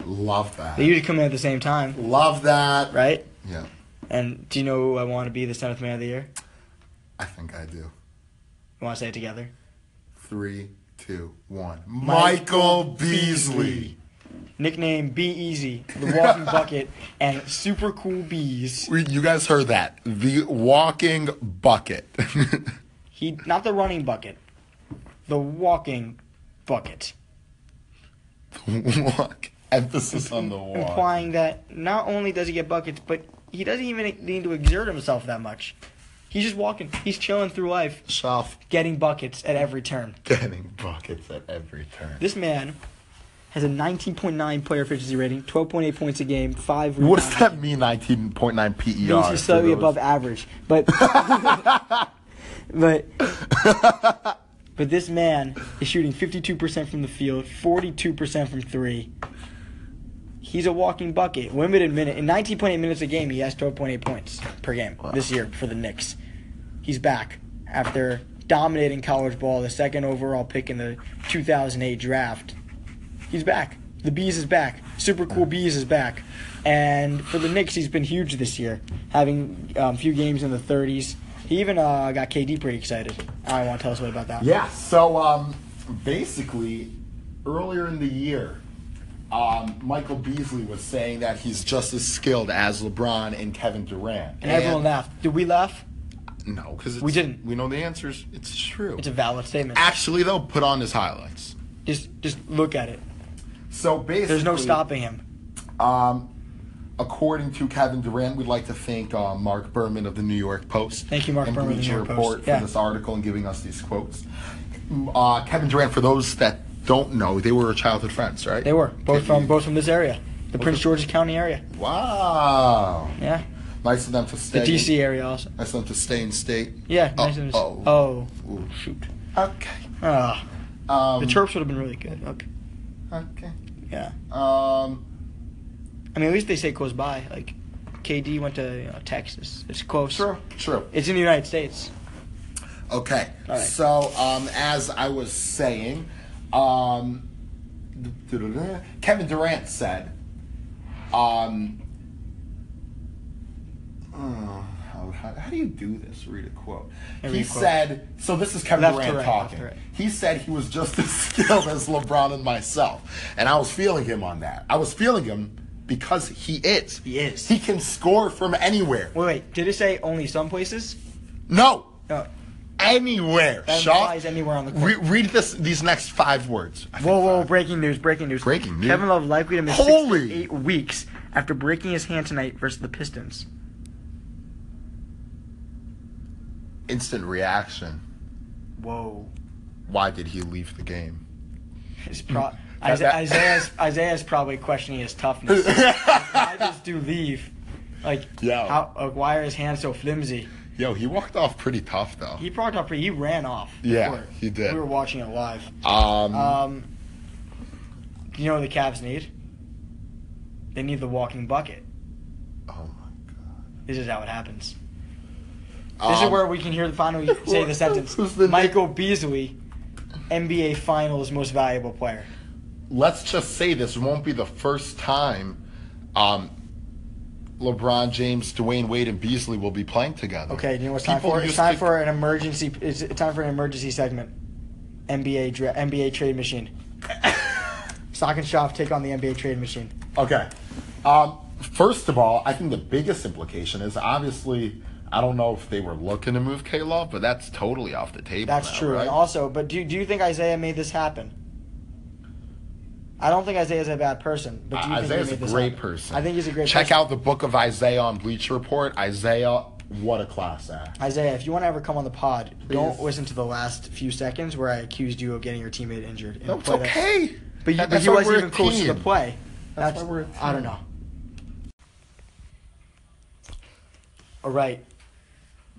S1: Love that.
S2: They usually come in at the same time,
S1: Love that.
S2: right?
S1: Yeah,
S2: And do you know who I want to be the seventh man of the year?
S1: I think I do.
S2: You want to say it together?
S1: Three, two, one. Michael Beasley.
S2: Nickname Be Easy, the walking bucket, and super cool bees.
S1: We, you guys heard that. The walking bucket.
S2: He not the running bucket, the walking bucket.
S1: walk. Emphasis on the walk.
S2: implying that not only does he get buckets, but he doesn't even need to exert himself that much. He's just walking. He's chilling through life,
S1: Self
S2: getting buckets at every turn.
S1: getting buckets at every turn.
S2: This man has a 19.9 player efficiency rating, 12.8 points a game, five.
S1: What
S2: rebounds.
S1: does that mean? Nineteen point nine E PER.
S2: means he's slightly
S1: for those-
S2: above average. But but but this man is shooting 52% from the field, 42% from three. He's a walking bucket. Limited minute in 19.8 minutes a game, he has 12.8 points per game this year for the Knicks. He's back after dominating college ball, the second overall pick in the 2008 draft. He's back. The Bees is back. Super cool Bees is back. And for the Knicks, he's been huge this year, having um, a few games in the 30s. He even uh, got KD pretty excited. I want to tell us what about that.
S1: Yeah. So um, basically, earlier in the year, um, Michael Beasley was saying that he's just as skilled as LeBron and Kevin Durant.
S2: And everyone laughed. Did we laugh?
S1: No, because
S2: We didn't.
S1: We know the answers. It's true.
S2: It's a valid statement.
S1: Actually, though, put on his highlights.
S2: Just, just look at it.
S1: So basically,
S2: There's no stopping him.
S1: Um, according to Kevin Durant, we'd like to thank uh, Mark Berman of the New York Post.
S2: Thank you, Mark
S1: and
S2: Berman of the
S1: Bleacher
S2: New York Post.
S1: Report for
S2: Yeah.
S1: this article and giving us these quotes. Uh, Kevin Durant, for those that don't know, they were childhood friends, right?
S2: They were both
S1: Did
S2: from
S1: you-
S2: both from this area, the Prince George's County area.
S1: Wow.
S2: Yeah,
S1: Nice of them to
S2: the
S1: stay.
S2: DC area also.
S1: Nice of them to stay in state.
S2: Yeah.
S1: Oh,
S2: nice of him to-
S1: oh.
S2: oh.
S1: Ooh.
S2: shoot.
S1: Okay.
S2: Ah,
S1: Um,
S2: the chirps would have been really good. Okay.
S1: Okay.
S2: Yeah.
S1: Um,
S2: I mean, at least they say close by. Like, KD went to you know, Texas. It's close.
S1: true. True.
S2: It's in the United States.
S1: Okay.
S2: All right.
S1: So, um, as I was saying, um, Kevin Durant said, um, oh, how, how, how do you do this? Read a quote.
S2: Yeah,
S1: he
S2: read a quote.
S1: said, so this is Kevin
S2: Left to
S1: Durant
S2: right, left
S1: talking.
S2: to right.
S1: He said he was just as skilled as LeBron and myself. And I was feeling him on that. I was feeling him because he is.
S2: He is.
S1: He can score from anywhere.
S2: Wait, wait. Did it say only some places?
S1: No,
S2: No.
S1: anywhere.
S2: That
S1: Shaw.
S2: implies anywhere on the court.
S1: Re- read this. These next five words. I think
S2: Whoa, whoa,
S1: five.
S2: breaking news, breaking news.
S1: Breaking news.
S2: Kevin Love likely to miss
S1: Holy.
S2: six to eight weeks after breaking his hand tonight versus the Pistons.
S1: Instant reaction.
S2: Whoa.
S1: Why did he leave the game?
S2: It's pro-
S1: That- that-
S2: Isa- Isaiah's, Isaiah's probably questioning his toughness. Why does do leave? Like,
S1: Yeah.
S2: how, like, why are his hands so flimsy?
S1: Yo, he walked off pretty tough though.
S2: He probably got pretty, he ran off.
S1: Yeah,
S2: the court.
S1: he did.
S2: We were watching it live.
S1: Um,
S2: Um, you know what the Cavs need? They need the walking bucket.
S1: oh my god.
S2: This is how it happens.
S1: Um,
S2: This is where we can hear the finally say the sentence.
S1: Who's the
S2: Michael Beasley, NBA Finals Most Valuable Player.
S1: let's just say this won't be the first time. Um, LeBron James, Dwayne Wade, and Beasley will be playing together.
S2: Okay, you know what's time
S1: People
S2: for? It's
S1: used
S2: time
S1: to-
S2: for an emergency. It's time for an emergency segment. NBA dra- NBA trade machine. Sock and Shoff take on the NBA trade machine.
S1: Okay. Um, first of all, I think the biggest implication is obviously I don't know if they were looking to move K Love, but that's totally off the table.
S2: That's
S1: now,
S2: true.
S1: right?
S2: And also, but do do you think Isaiah made this happen? I don't think Isaiah's a bad person, but do you
S1: Uh,
S2: think
S1: Isaiah's
S2: he
S1: a
S2: made this
S1: great
S2: happen?
S1: person.
S2: I think he's a great
S1: Check
S2: person.
S1: out the book of Isaiah on Bleacher Report. Isaiah, what a class act.
S2: Isaiah, if you want to ever come on the pod, don't
S1: Please.
S2: listen to the last few seconds where I accused you of getting your teammate injured. in
S1: No,
S2: a
S1: it's
S2: play that-
S1: okay.
S2: But you,
S1: That-
S2: but
S1: that's
S2: he
S1: why
S2: wasn't
S1: we're
S2: even
S1: a
S2: close to the
S1: team.
S2: play.
S1: That's
S2: That's,
S1: why we're a
S2: I don't
S1: team.
S2: know. All right.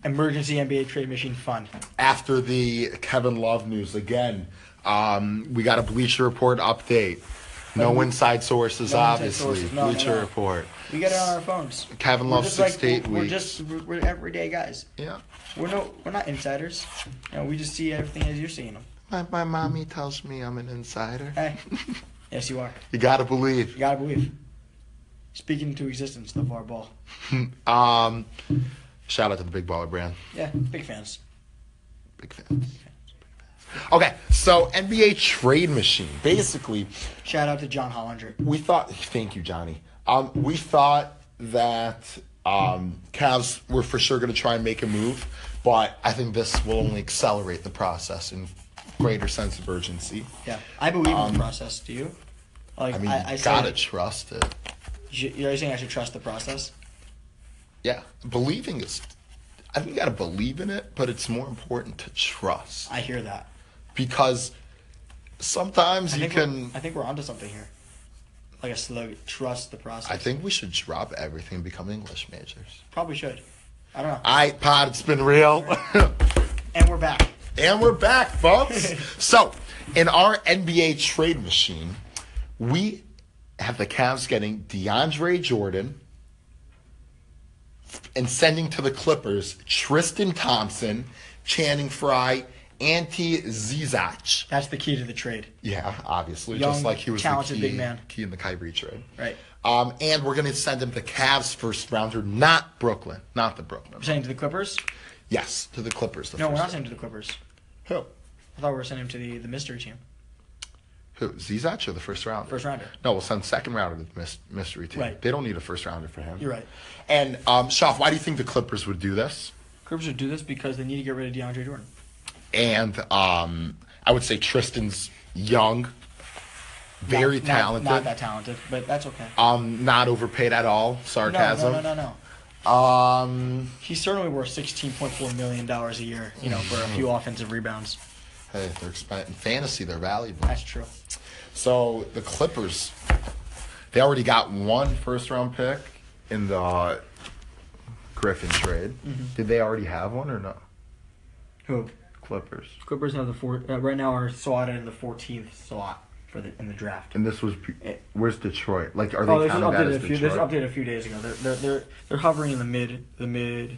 S2: Emergency NBA trade machine fun.
S1: after the Kevin Love news again. Um, we got a Bleacher Report update. No inside sources,
S2: No inside
S1: obviously.
S2: sources. No, no,
S1: Bleacher
S2: no.
S1: Report.
S2: We got it on our phones.
S1: Kevin
S2: We're
S1: Love
S2: just
S1: six
S2: like-
S1: to eight
S2: We're
S1: weeks.
S2: just we're, we're everyday guys.
S1: yeah.
S2: We're no we're not insiders, and we just see everything as you're seeing them.
S1: My, my mommy tells me I'm an insider.
S2: Hey, yes you are.
S1: You gotta believe.
S2: You gotta believe. Speaking into existence, the VAR ball.
S1: um, shout out to the Big Baller brand.
S2: Yeah, big fans.
S1: Big fans. Okay, so NBA trade machine. Basically,
S2: Shout out to John Hollinger.
S1: we thought thank you johnny um, we thought that um, Cavs were for sure going to try and make a move but i think this will only accelerate the process in greater sense of urgency
S2: Yeah, I believe in the process. Do you? Like
S1: Um, i mean
S2: I, I
S1: you
S2: say-
S1: gotta trust it
S2: You should- you're saying I should trust the process.
S1: yeah believing is i think you gotta believe in it but it's more important to trust
S2: I hear that.
S1: because
S2: because
S1: sometimes
S2: I
S1: you
S2: think
S1: can
S2: we're- I think we're onto something here. Like a slogan, trust the process.
S1: i think we should drop everything and become english majors
S2: Probably should. I don't know.
S1: all right pod it's been real
S2: And we're back.
S1: And we're back, folks. so, in our NBA trade machine, we have the Cavs getting DeAndre Jordan and sending to the Clippers Tristan Thompson, Channing Frye, Antti Zizac.
S2: That's the key to the trade.
S1: Yeah, obviously,
S2: Young,
S1: just like he was
S2: talented
S1: the key,
S2: big man.
S1: key in the Kyrie trade.
S2: Right.
S1: Um, and we're going to send him the Cavs first rounder, not Brooklyn, not the Brooklyn.
S2: We're sending to the Clippers?
S1: Yes, to the Clippers. The
S2: No, we're
S1: first
S2: not sending to the Clippers.
S1: round.
S2: I thought we were sending him to the, the mystery team.
S1: Who? Who? Zizac or the first rounder?
S2: First rounder.
S1: No, we'll send second rounder to the mys- mystery team.
S2: Right.
S1: They don't need a first rounder for him.
S2: You're right.
S1: And um, Shaf, why do you think the Clippers would do this?
S2: Clippers would do this because they need to get rid of DeAndre Jordan.
S1: And um, I would say Tristan's young, very
S2: Not- not-
S1: talented,
S2: Not, that talented, but that's okay.
S1: um, not overpaid at all.
S2: No, no,
S1: Sarcasm.
S2: no, no, no.
S1: Um,
S2: He's certainly worth sixteen point four million dollars a year, you know, for a
S1: Mm-hmm.
S2: few offensive rebounds.
S1: hey, they're exp- in fantasy. They're valuable.
S2: That's true.
S1: So the Clippers, they already got one first round pick in the Griffin trade.
S2: Mm-hmm.
S1: Did they already have one or no?
S2: Who?
S1: Clippers.
S2: Clippers have the four uh, right now are slotted in the fourteenth slot for the in the draft.
S1: And this was
S2: It-
S1: where's Detroit? Like are they
S2: Oh, this is
S1: counting that
S2: updated
S1: as
S2: a few. This is
S1: Detroit?
S2: updated a few days ago. They're they're they're, they're hovering in the mid the mid,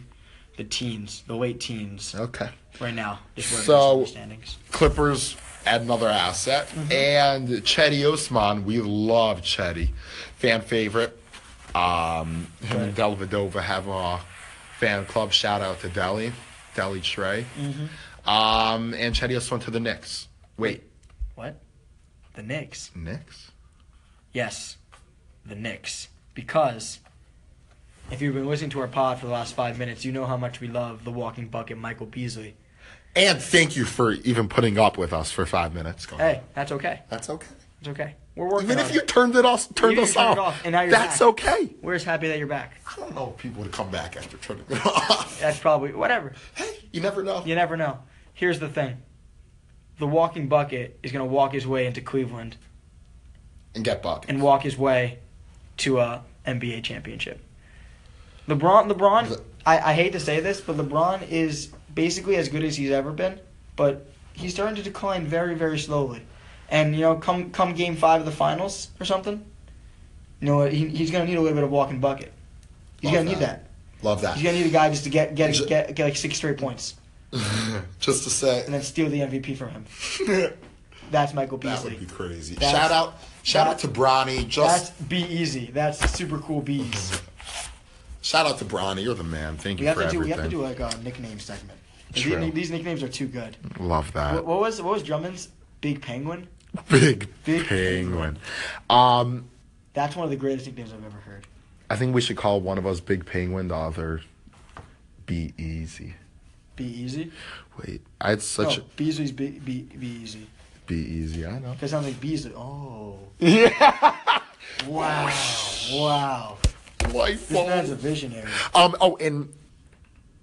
S2: the teens, the late teens
S1: Okay.
S2: right now. Just where
S1: So-
S2: so standings.
S1: Clippers add another asset,
S2: Mm-hmm.
S1: and Chetty Osman. We love Chetty, fan favorite. Um, him and Delvedova have a fan club. Shout out to Deli, Deli Trey,
S2: Mm-hmm.
S1: um, and Chetty Osman to the Knicks. Wait,
S2: What? The Knicks.
S1: Knicks?
S2: Yes, the Knicks. Because if you've been listening to our pod for the last five minutes, you know how much we love the walking bucket, Michael Beasley.
S1: And thank you for even putting up with us for five minutes. Go
S2: Hey, that's okay.
S1: that's okay.
S2: It's okay. We're working.
S1: Even
S2: on
S1: if you
S2: it.
S1: turned it off, turned
S2: Even if
S1: us
S2: you turned
S1: off,
S2: it off, and now you're
S1: that's
S2: back.
S1: okay.
S2: We're just happy that you're back.
S1: I don't know if people would come back after turning it off.
S2: That's probably whatever.
S1: Hey, you never know.
S2: You never know. Here's the thing. The walking bucket is going to walk his way into Cleveland
S1: And get buckets.
S2: and walk his way to a NBA championship. LeBron, LeBron, I, I hate to say this, but LeBron is basically as good as he's ever been, but he's starting to decline very, very slowly. And you know, come come game five of the finals or something, you know, he, he's gonna need a little bit of walking bucket. He's
S1: Love
S2: gonna need
S1: that.
S2: that.
S1: Love that.
S2: He's gonna need a guy just to get get
S1: Ju-
S2: get, get, like six straight points
S1: Just to
S2: and
S1: say,
S2: then steal the MVP from him.
S1: that
S2: That's Michael Beasley.
S1: would be crazy.
S2: That's-
S1: shout out, shout out
S2: that's-
S1: to Bronny.
S2: That's
S1: Just
S2: be easy. That's super cool bees.
S1: shout out to Bronny. You're the man. Thank
S2: We
S1: you
S2: have
S1: for
S2: to do.
S1: everything.
S2: We have to do like a nickname segment. 'Cause
S1: True.
S2: the- These nicknames are too good.
S1: Love that.
S2: What, what was what was Drummond's Big Penguin?
S1: Big,
S2: Big
S1: penguin. Um,
S2: That's one of the greatest nicknames I've ever heard.
S1: I think we should call one of us Big Penguin. The other, Be Easy.
S2: Be easy.
S1: Wait, I had such
S2: No, Beasley's be, be, be easy.
S1: a Be Easy. I know.
S2: That sounds like Beasley. Oh.
S1: Yeah.
S2: Wow. Wow.
S1: Life
S2: This man's a visionary.
S1: Um. Oh, and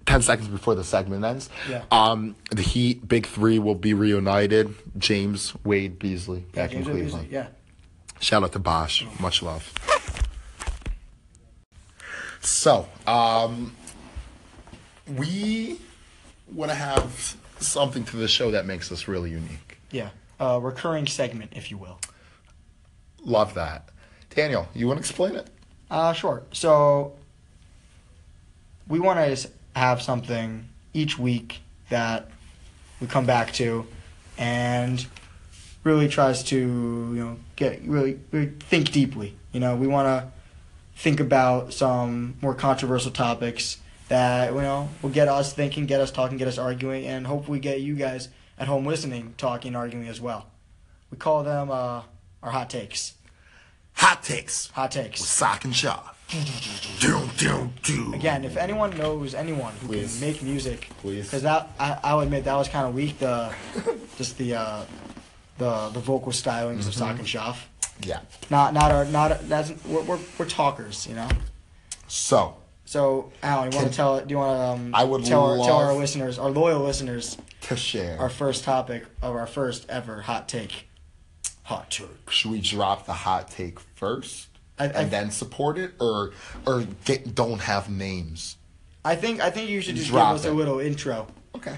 S1: ten seconds before the segment ends.
S2: Yeah.
S1: Um. The Heat Big Three will be reunited. James Wade Beasley
S2: Yeah,
S1: back in
S2: James Wade
S1: Cleveland.
S2: Beasley. Yeah.
S1: Shout out to Bosch. Much love. So, um, we want to have something to the show that makes us really unique.
S2: Yeah. Uh, recurring segment, if you will.
S1: Love that. Daniel, you want to explain it?
S2: Uh, sure. So we want to have something each week that we come back to and really tries to you know get really, really think deeply you know we want to think about some more controversial topics that you know will get us thinking get us talking get us arguing and hopefully get you guys at home listening talking and arguing as well we call them uh, our hot takes
S1: Hot takes.
S2: hot takes
S1: Sock and shop. doom, doom, doom.
S2: Again, if anyone knows anyone who
S1: Please.
S2: can make music,
S1: Please.
S2: because that I, I'll admit that was kind of weak. The just the uh, the the vocal stylings of
S1: Mm-hmm.
S2: Sock and Shoff.
S1: Yeah.
S2: Not not our not our- that's we're, we're we're talkers, you know.
S1: So,
S2: So Alan, you want
S1: Can-
S2: to tell? Do you want to? Um,
S1: I would
S2: tell our, tell our
S1: love-
S2: listeners, our loyal listeners,
S1: to share,
S2: our first topic of our first ever hot take. Hot take.
S1: should we drop the hot take first
S2: I- I-
S1: and then support it, or or get, don't have names?
S2: I think I think you should just
S1: Drop
S2: give us
S1: it.
S2: a little intro.
S1: Okay.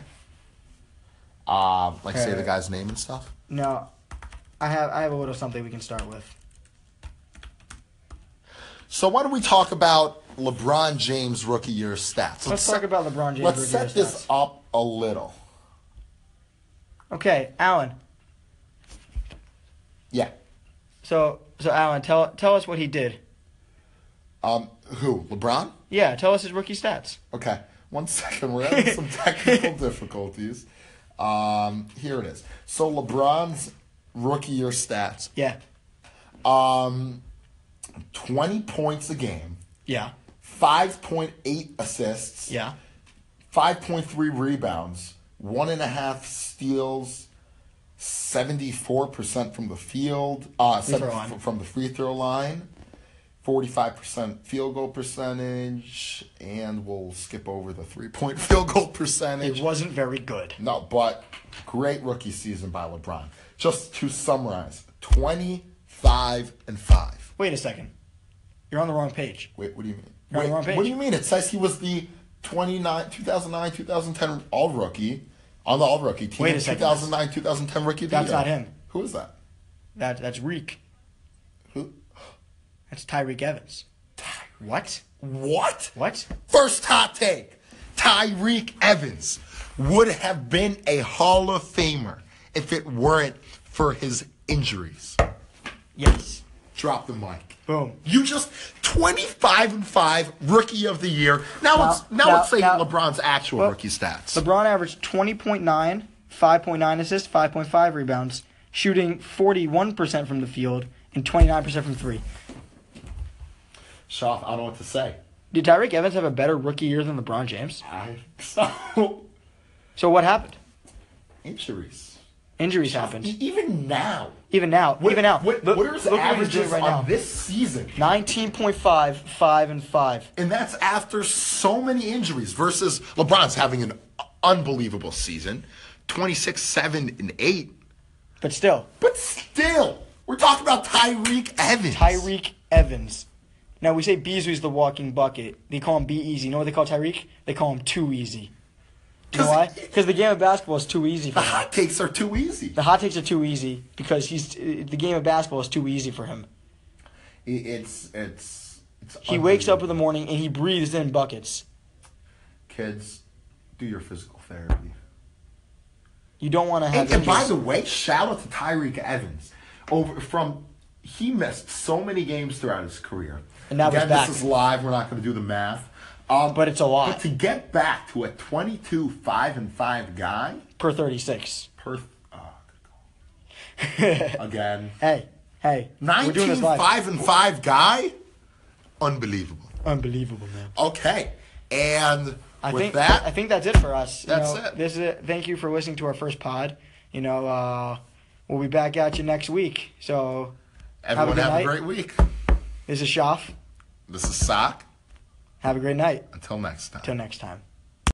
S1: Uh, like say the
S2: Okay.
S1: guy's name and stuff.
S2: No, I have I have a little something we can start with.
S1: So why don't we talk about LeBron James rookie year stats?
S2: Let's talk
S1: set-
S2: about LeBron James
S1: Let's
S2: rookie
S1: set
S2: year
S1: this
S2: stats.
S1: up a little.
S2: Okay, Alan.
S1: Yeah.
S2: So so Alan, tell tell us what he did.
S1: Um, who? LeBron?
S2: Yeah, tell us his rookie stats.
S1: Okay, one second. We're having some technical difficulties. Um, here it is. So LeBron's rookie year stats:
S2: Yeah,
S1: um, twenty points a game,
S2: yeah,
S1: five point eight assists,
S2: yeah,
S1: five point three rebounds, one and a half steals, seventy four percent from the field, uh,
S2: Free throw
S1: 70
S2: line.
S1: from the free throw line. 45% field goal percentage, and we'll skip over the three point field goal percentage.
S2: It wasn't very good.
S1: No, but great rookie season by LeBron. Just to summarize, 25 and 5.
S2: Wait a second, you're on the wrong page.
S1: Wait, what do you mean?
S2: You're on the
S1: Wait,
S2: wrong page.
S1: What do you mean? It says he was the 29 2009 2010 all rookie on the all rookie team.
S2: Wait a second.
S1: 2009 2010 rookie of the
S2: That's
S1: year.
S2: not him.
S1: Who is that?
S2: That that's Reek.
S1: Who?
S2: That's Tyreek Evans. What?
S1: What?
S2: What?
S1: First hot take Tyreek Evans would have been a Hall of Famer if it weren't for his injuries.
S2: Yes.
S1: Drop the mic.
S2: Boom.
S1: You just twenty five and five rookie of the year. Now
S2: Now-
S1: let's now,
S2: now-
S1: let's say
S2: now-
S1: LeBron's actual
S2: Well,
S1: rookie stats.
S2: LeBron averaged 20.9, 5.9 assists, 5.5 rebounds, shooting 41% from the field and 29% from three.
S1: Shoff, I don't know what to say.
S2: Did Tyreek Evans have a better rookie year than LeBron James?
S1: I so
S2: So what happened?
S1: injuries.
S2: Injuries
S1: E-
S2: happened.
S1: Even now.
S2: Even now,
S1: What,
S2: even now,
S1: What,
S2: look,
S1: what are his
S2: look what he's
S1: averages
S2: doing right
S1: on
S2: now.
S1: this season?
S2: 19.5, 5 and 5.
S1: And that's after so many injuries versus LeBron's having an unbelievable season. 26, 7, and 8.
S2: But still,
S1: But still, we're talking about Tyreek Evans.
S2: Tyreek Evans. Now we say Beasley's the walking bucket. They call him B Easy. You know what they call Tyreek? They call him Too Easy. Do you know why?
S1: Cause-
S2: Because the game of basketball is too easy for
S1: The
S2: him.
S1: hot takes are too easy.
S2: The hot takes are too easy because he's the game of basketball is too easy for him.
S1: It- It's it's it's.
S2: He wakes up in the morning and he breathes in buckets.
S1: kids. Do your physical therapy.
S2: You don't want to have.
S1: And, and by
S2: injuries.
S1: the way, shout out to Tyreek Evans. Over from he missed so many games throughout his career.
S2: And now he's
S1: Again,
S2: back.
S1: this is live. We're not going to do the math. Um,
S2: But it's a lot.
S1: But to get back to a 22 five and five guy
S2: per thirty six.
S1: per. Oh, good call. Again,
S2: Hey, hey,
S1: 19
S2: we're doing this live.
S1: five and five guy, unbelievable.
S2: Unbelievable, man.
S1: Okay, and
S2: I
S1: with
S2: think
S1: that,
S2: I think that's it for us. You
S1: That's
S2: know,
S1: it.
S2: This is it. Thank you for listening to our first pod. You know, uh, we'll be back at you next week. So
S1: everyone
S2: good
S1: have a
S2: night.
S1: great week.
S2: this is Shaf.
S1: This is Sock.
S2: Have a great night.
S1: Until next time.
S2: Till next time.